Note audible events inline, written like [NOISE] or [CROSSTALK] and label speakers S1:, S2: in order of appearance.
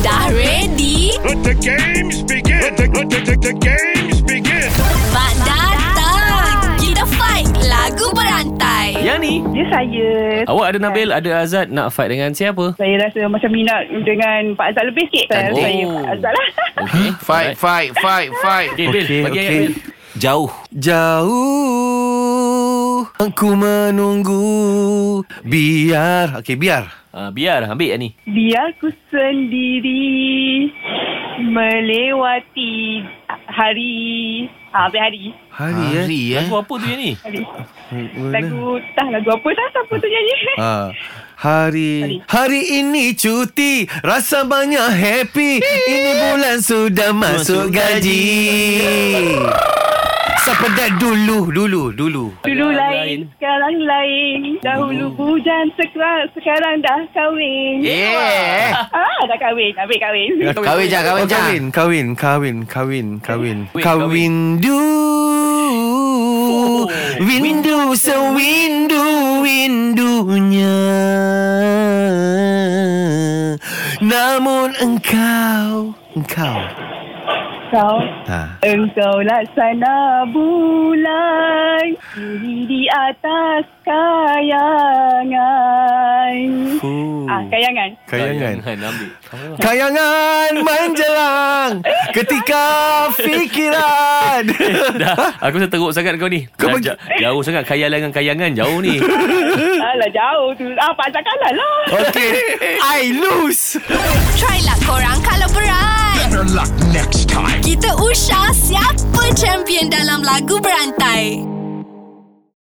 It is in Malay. S1: Dah ready?
S2: Let the games begin. Let the, let the, the, the games begin.
S1: Mak datang! Kita fight lagu berantai.
S3: Yang ni
S4: Dia saya.
S3: Awak ada Nabil Ada Azad Nak fight dengan siapa?
S4: Saya rasa macam minat dengan Pak Azad lebih sikit. Saya
S3: Cantik.
S4: saya Pak Azad lah.
S3: Okay
S5: [GASPS] Fight, fight, fight, fight.
S3: Okay, Bil
S6: Okey,
S3: Bagi okay.
S6: okey.
S3: Bil
S6: Jauh Jauh Aku menunggu Biar Okay biar
S3: Ah, Biar ambil yang ni
S4: [LAUGHS] Biar ku sendiri melewati hari. Ha, habis hari.
S6: Hari,
S5: Hari eh.
S3: Lagu apa tu yang ni?
S4: Hari.
S6: eh
S4: Lagu, tak lagu apa dah siapa tu nyanyi.
S6: Ha. Hari Hari ini cuti Rasa banyak happy Ini bulan sudah masuk gaji Siapa dah dulu Dulu Dulu
S4: [LAUGHS] Dulu
S3: Lagu lain.
S4: lain, sekarang lain. Dahulu bujan, sekarang, sekarang dah kahwin.
S5: Yeah.
S4: Ah, dah kahwin. Habis kahwin.
S5: Kahwin je, kahwin
S6: Oh,
S5: je.
S6: kahwin Kahwin Kahwin Kahwin Kahwin
S3: Wait,
S6: Kahwin du
S5: Oh.
S6: Windu Sewindu Windunya Namun engkau Engkau
S4: Kau
S6: Ha
S4: Engkau laksana bulan Diri di atas kayangan
S6: Fuh.
S4: Ah, kayangan
S6: [LAUGHS] Kayangan
S3: Ambil [LAUGHS]
S6: Kayangan menjelang Ketika fikiran
S5: [LAUGHS]
S3: Dah Aku rasa teruk sangat kau ni Dah
S6: Kau pergi-
S3: ja- Jauh sangat Kayalan dengan kayangan Jauh
S5: [LAUGHS]
S3: ni
S4: Alah jauh tu Ah, pasal kalah lah
S6: Okay I lose
S1: Try lah korang kalau berat.
S2: Better luck next time.
S1: Kita usah siapa champion dalam lagu berantai.